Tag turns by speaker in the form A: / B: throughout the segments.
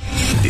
A: The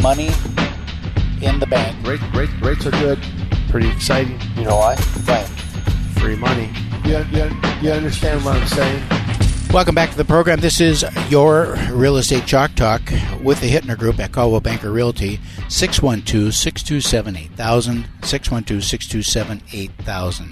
B: money in the bank.
C: Rates, rates, rates are good. Pretty exciting.
B: You know why? Right.
C: Free money. You, you, you understand what I'm saying?
B: Welcome back to the program. This is your Real Estate Chalk Talk with the Hittner Group at Caldwell Banker Realty, 612 627 8000. 612 627 8000.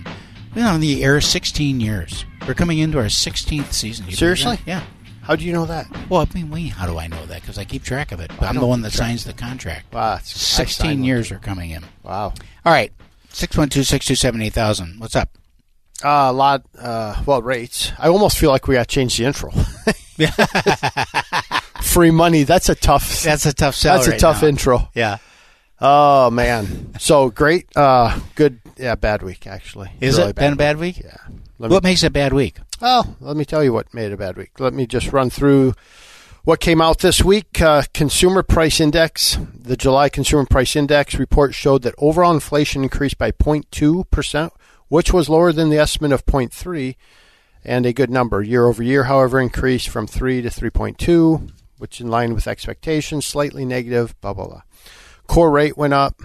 B: We've been on the air 16 years. We're coming into our 16th season. You believe
C: Seriously?
B: that? Yeah.
C: How do you know that?
B: Well, I mean, wait, how do I know that? Because I keep track of it. But I'm the
C: don't
B: one that
C: keep track
B: signs the contract.
C: Wow, it's- I signed
B: 16
C: one,
B: years are coming in.
C: Wow.
B: All right, 612 627 8000. What's up?
C: Uh, a lot. Uh, well, rates. I almost feel like we got to change the intro. Free money. That's a tough.
B: That's a tough sell.
C: that's a
B: right
C: tough
B: now.
C: intro.
B: Yeah.
C: Oh man. So great. Uh, good. Yeah, bad week actually.
B: Is
C: Really
B: it been a bad week?
C: Yeah. Let me,
B: What makes it a bad week?
C: well, let me tell you what made a bad week. Let me just run through what came out this week. Uh, consumer price index. The July consumer price index report showed that overall inflation increased by 0.2 percent, which was lower than the estimate of 0.3, and a good number year over year. However, increased from three to 3.2, which in line with expectations. Slightly negative. Blah blah blah. Core rate went up.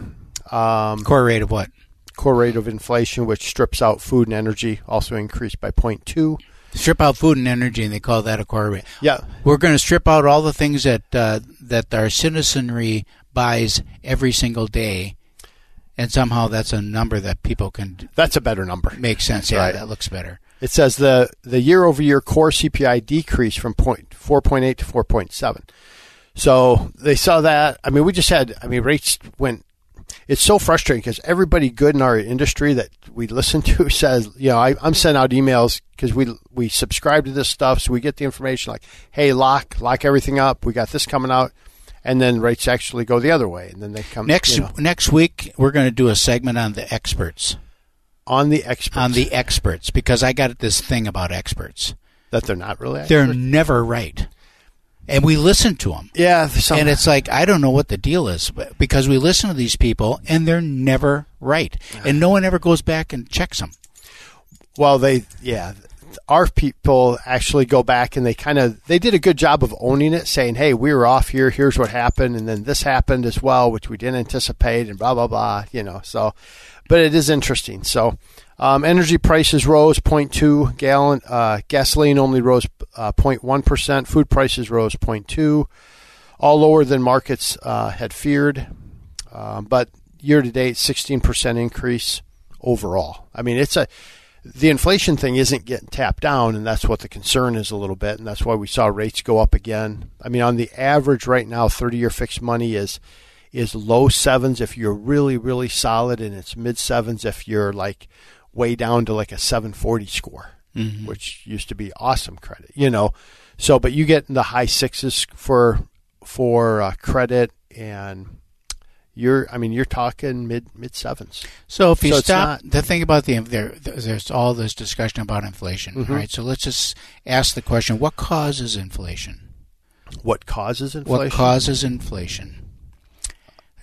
C: Um,
B: Core rate of what?
C: core rate of inflation, which strips out food and energy, also increased by 0.2.
B: Strip out food and energy, and they call that a core rate.
C: Yeah,
B: We're going to strip out all the things that uh, that our citizenry buys every single day, and somehow that's a number that people can d-
C: that's a better number.
B: make sense. Yeah,
C: Right.
B: that looks better.
C: It says the the year over year core CPI decreased from point four point eight to four point seven. So they saw that. I mean, we just had. I mean, rates went. It's so frustrating because everybody good in our industry that we listen to says, you know, I, I'm sending out emails because we we subscribe to this stuff, so we get the information like, hey, lock lock everything up. We got this coming out, and then rates actually go the other way, and then they come
B: Next
C: you know,
B: next week, we're going to do a segment on the experts,
C: on the experts
B: on the experts, because I got this thing about experts.
C: that they're not really
B: They're
C: experts.
B: never right, and we listen to them.
C: yeah, some,
B: and it's like I don't know what the deal is but- because we listen to these people and they're never right, and no one ever goes back and checks them.
C: Well, they yeah, our people actually go back and they kind of they did a good job of owning it, saying, "Hey, we were off here. Here's what happened, and then this happened as well, which we didn't anticipate, and blah blah blah." You know, so but it is interesting. So. Um, energy prices rose 0.2 gallon. Uh, gasoline only rose uh, 0.1 percent. Food prices rose 0.2, all lower than markets uh, had feared. Um, but year to date, 16% increase overall. I mean, it's a the inflation thing isn't getting tapped down, and that's what the concern is a little bit, and that's why we saw rates go up again. I mean, on the average right now, 30-year fixed money is is low sevens if you're really really solid, and it's mid sevens if you're like way down to like a 740 score, which used to be awesome credit, you know. So, but you get in the high sixes for for uh, credit and you're I mean you're talking mid mid sevens.
B: So if you
C: So it's
B: stop
C: not-
B: the thing about the there, there's all this discussion about inflation,
C: Mm-hmm.
B: right? So let's just ask the question: What causes inflation?
C: What causes inflation?
B: What causes inflation?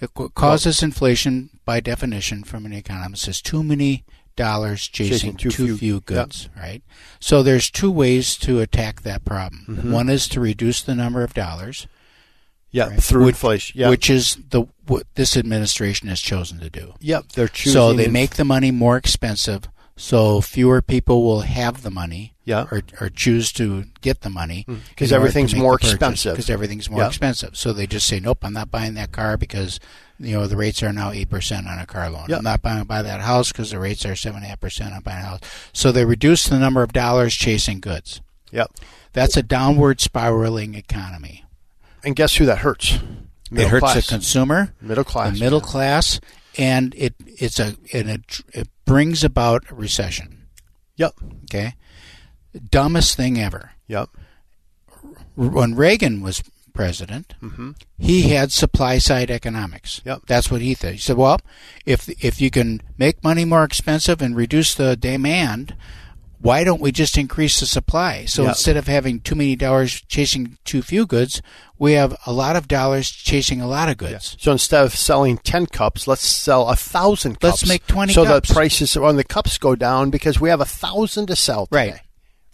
B: It co- causes inflation, by definition, from an economist, is too many dollars chasing, too, few,
C: yeah.
B: goods, right? So there's two ways to attack that problem.
C: Mm-hmm.
B: One is to reduce the number of dollars,
C: yeah, through
B: Which-
C: inflation. Yeah.
B: which is the what this administration has chosen to do.
C: yep, they're choosing
B: so they
C: inf-
B: make the money more expensive, so fewer people will have the money,
C: Yeah. Hmm.
B: or, or choose to get the money
C: 'cause everything's more expensive.
B: Because everything's more
C: Yeah.
B: expensive, so they just say, "Nope, I'm not buying that car because you know the rates are now eight percent on a car loan.
C: Yeah.
B: I'm not buying buy that house because the rates are seven and a half percent on buying a house." So they reduce the number of dollars chasing goods.
C: Yep.
B: That's a downward spiraling economy.
C: And guess who that hurts? Middle
B: it hurts
C: class.
B: the consumer
C: middle class.
B: the middle class, and it it's a and it, it brings about a recession.
C: Yep.
B: Okay, dumbest thing ever.
C: Yep.
B: When Reagan was president, he had supply side economics.
C: Mm-hmm. Yep.
B: That's what he said. He said, well, if if you can make money more expensive and reduce the demand, why don't we just increase the supply? So
C: Yep.
B: instead of having too many dollars chasing too few goods, we have a lot of dollars chasing a lot of goods.
C: So instead of selling 10 cups, let's sell a 1,000
B: Let's
C: cups.
B: make 20
C: So
B: cups.
C: the prices on the cups go down because we have a 1,000 to sell today.
B: Right.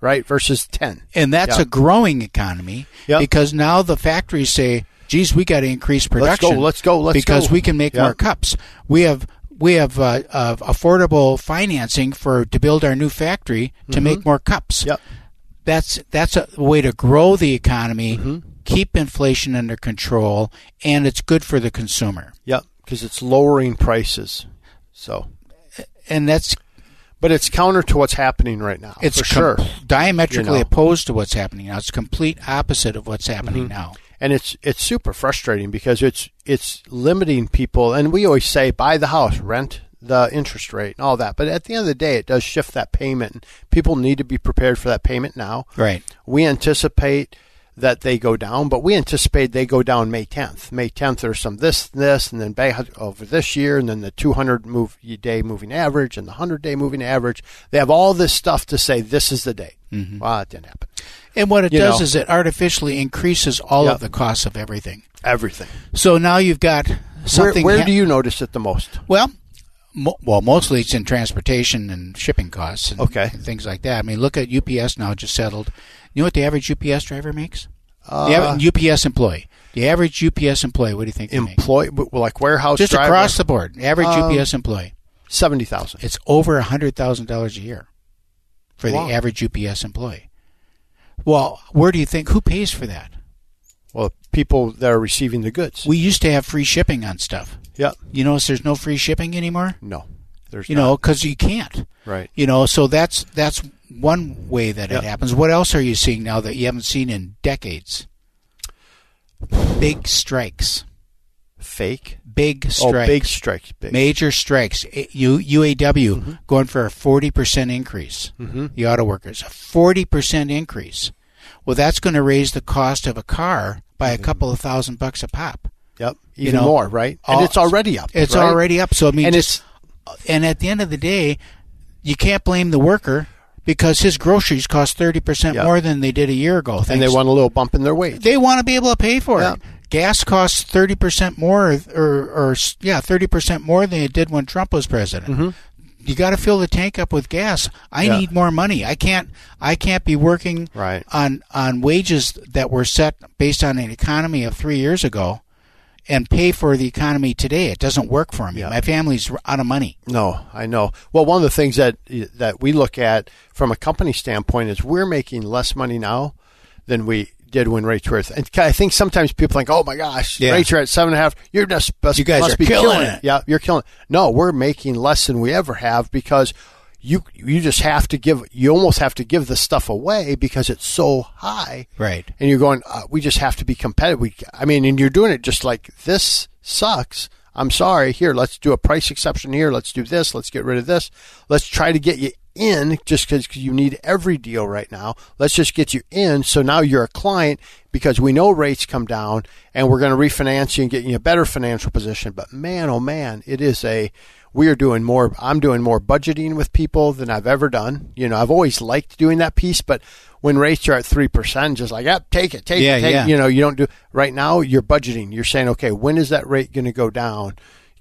C: Right? Versus 10.
B: And that's
C: Yeah.
B: a growing economy
C: Yep.
B: because now the factories say, "Geez, we got to increase
C: Let's go,
B: production.
C: let's go, let's
B: because
C: go."
B: we can make
C: Yeah.
B: more cups. We have we have uh, uh, affordable financing for to build our new factory to
C: Mm-hmm.
B: make more cups.
C: Yep.
B: That's that's a way to grow the economy,
C: Mm-hmm.
B: keep inflation under control, and it's good for the consumer.
C: Yep. Because it's lowering prices. So,
B: And that's
C: but it's counter to what's happening right now.
B: it's
C: Oh, for sure.
B: com- diametrically
C: You know.
B: opposed to what's happening now. It's complete opposite of what's happening
C: Mm-hmm.
B: now.
C: and it's it's super frustrating because it's it's limiting people and we always say buy the house rent the interest rate and all that but at the end of the day it does shift that payment people need to be prepared for that payment now
B: Right.
C: we anticipate that they go down but we anticipate they go down may 10th may 10th there's some this this and then ba- over this year and then the 200 move day moving average and the 100 day moving average they have all this stuff to say this is the day well it didn't happen
B: And what it
C: You
B: does
C: know.
B: is it artificially increases all
C: Yeah.
B: of the costs of everything.
C: everything
B: So now you've got something.
C: where, where
B: ha-
C: do you notice it the most
B: Well, mo- well, mostly it's in transportation and shipping costs. And,
C: Okay.
B: and things like that. I mean, look at UPS now just settled. You know what the average UPS driver makes? the
C: Uh.
B: average UPS employee. The average UPS employee. What do you think? they make?
C: employ w- like warehouse
B: Just
C: driver, Um,
B: across the board, the average UPS employee.
C: seventy thousand.
B: It's over hundred thousand dollars a year for
C: Wow.
B: the average UPS employee. Well, where do you think who pays for that?
C: Well, people that are receiving the goods.
B: We used to have free shipping on stuff.
C: yep.
B: You notice there's no free shipping anymore.
C: No, there's
B: You
C: not.
B: know, because you can't.
C: right.
B: You know, so that's that's one way that
C: Yep.
B: it happens. What else are you seeing now that you haven't seen in decades? Big strikes.
C: Fake.
B: Big
C: Oh,
B: strikes.
C: big strikes. Big. Mm-hmm.
B: Major strikes. A- U- UAW going for a 40% increase. The auto workers, a 40% increase. Well, that's going to raise the cost of a car by
C: Mm-hmm.
B: a couple of thousand bucks a pop.
C: Yep.
B: you
C: Even
B: know,
C: more. Right.
B: all-
C: and it's already up.
B: It's
C: right?
B: already up. So, I mean,
C: And
B: just, and at the end of the day, you can't blame the worker because his groceries cost 30%
C: Yeah.
B: more than they did a year ago.
C: and they
B: thanks-
C: want a little bump in their wage.
B: they want to be able to pay for
C: Yeah.
B: it. Gas costs 30% more or, or s- yeah, 30% more than it did when Trump was president. You got to fill the tank up with gas. I
C: Mm-hmm. Yeah.
B: need more money. I can't I can't be working
C: Right.
B: on on wages that were set based on an economy of 3 years ago and pay for the economy today. It doesn't work for me.
C: Yeah.
B: My family's r- out of money.
C: No, I know. Well, one of the things that that we look at from a company standpoint is we're making less money now than we did when rates were. And I think sometimes people think, "Oh my gosh,
B: Yeah.
C: rates are at seven and a half. You're just must,
B: You guys
C: must
B: are
C: be
B: killing
C: killing,
B: it."
C: it. Yeah, you're killing. It. No, we're making less than we ever have because you you just have to give. You almost have to give the stuff away because it's so high
B: Right.
C: and you're going, uh, we just have to be competitive. We, I mean, and you're doing it just like this sucks. I'm sorry. Here, let's do a price exception here. Let's do this. Let's get rid of this. Let's try to get you in just because you need every deal right now. Let's just get you in. So now you're a client because we know rates come down and we're going to refinance you and get you in a better financial position. But man, oh man, it is a, we are doing more i'm doing more budgeting with people than i've ever done you know i've always liked doing that piece but when rates are at 3% just like yep take it take
B: Yeah,
C: it take
B: yeah.
C: it you know you don't do right now you're budgeting you're saying okay when is that rate going to go down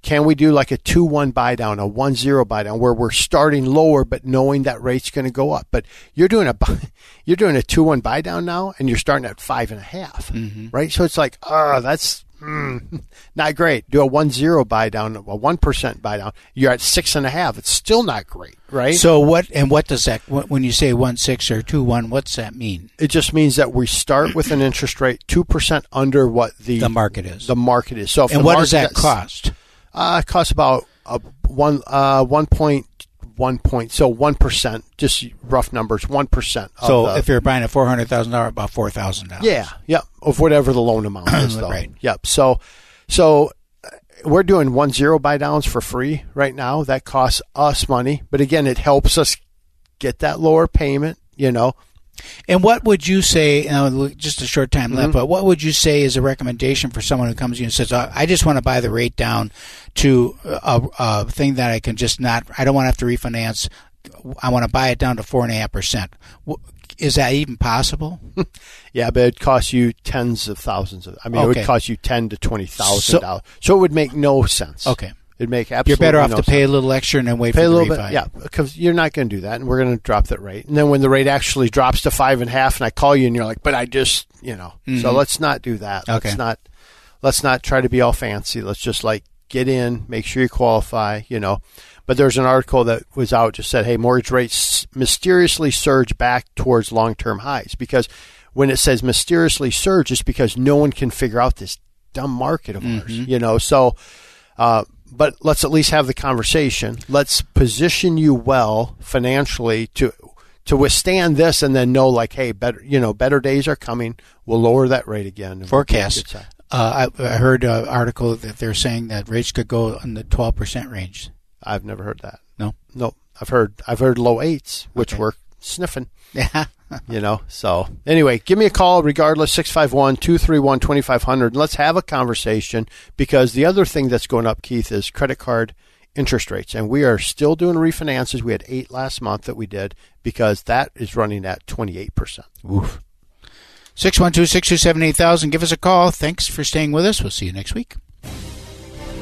C: can we do like a 2-1 buy down a 1-0 buy down where we're starting lower but knowing that rate's going to go up but you're doing a buy, you're doing a 2-1 buy down now and you're starting at 5.5 right so it's like oh that's mm, not great. Do a one zero buy down, a one percent buy down. You're at six and a half. It's still not great, right?
B: So what and what does that wh- when you say 1 6 or 2 1 what's that mean?
C: it just means that we start with an interest rate two percent under what the
B: The market is.
C: The market is. So, if
B: and
C: the
B: what does
C: market-
B: that cost?
C: Uh, it costs about a one uh, one point one point. So one percent, just rough numbers, one percent.
B: So
C: the,
B: if you're buying a four hundred thousand dollar, about four thousand dollars.
C: Yeah, yep. Of whatever the loan amount is, though.
B: Right.
C: Yep. So, so uh, we're doing one zero buy downs for free right now. That costs us money, but again, it helps us get that lower payment. You know,
B: And what would you say? Now, look, just a short time
C: Mm-hmm.
B: left, but what would you say is a recommendation for someone who comes to you and says, "I I just want to buy the rate down to a, a thing that I can just not. I don't want to have to refinance. I want to buy it down to four and a half percent." Is that even possible?
C: Yeah, but it costs you tens of thousands of. I mean, it
B: Okay.
C: would cost you ten to twenty
B: So-
C: thousand dollars. So it would make no sense.
B: Okay.
C: it'd make absolutely.
B: You're better off
C: no
B: to pay
C: sense.
B: a little extra and then wait
C: pay
B: for the
C: a little
B: refi.
C: bit. Yeah, because you're not going to do that, and we're going to drop that rate. And then when the rate actually drops to five and a half, and I call you, and you're like, "But I just, you know." So let's not do that.
B: Mm-hmm. Okay.
C: Let's not. Let's not try to be all fancy. Let's just like get in, make sure you qualify. You know. But there's an article that was out just said, "Hey, mortgage rates mysteriously surge back towards long-term highs." Because when it says mysteriously surge, it's because no one can figure out this dumb market of ours. You know. So. Uh, but let's at least have the conversation. Let's position you well financially to to withstand this, and then know like, hey, better you know, better days are coming. We'll lower that rate again. and we'll be on the good
B: Forecast.
C: side.
B: Uh, I, I heard an article that they're saying that rates could go in the twelve percent range.
C: I've never heard that.
B: No.
C: No, I've heard I've heard low eights, which
B: Okay.
C: were sniffing.
B: Yeah.
C: you know so anyway give me a call regardless 651-231-2500 let's have a conversation because the other thing that's going up keith is credit card interest rates and we are still doing refinances we had eight last month that we did because that is running at 28%
B: 612 627 8000. Give us a call. Thanks for staying with us. We'll see you next week.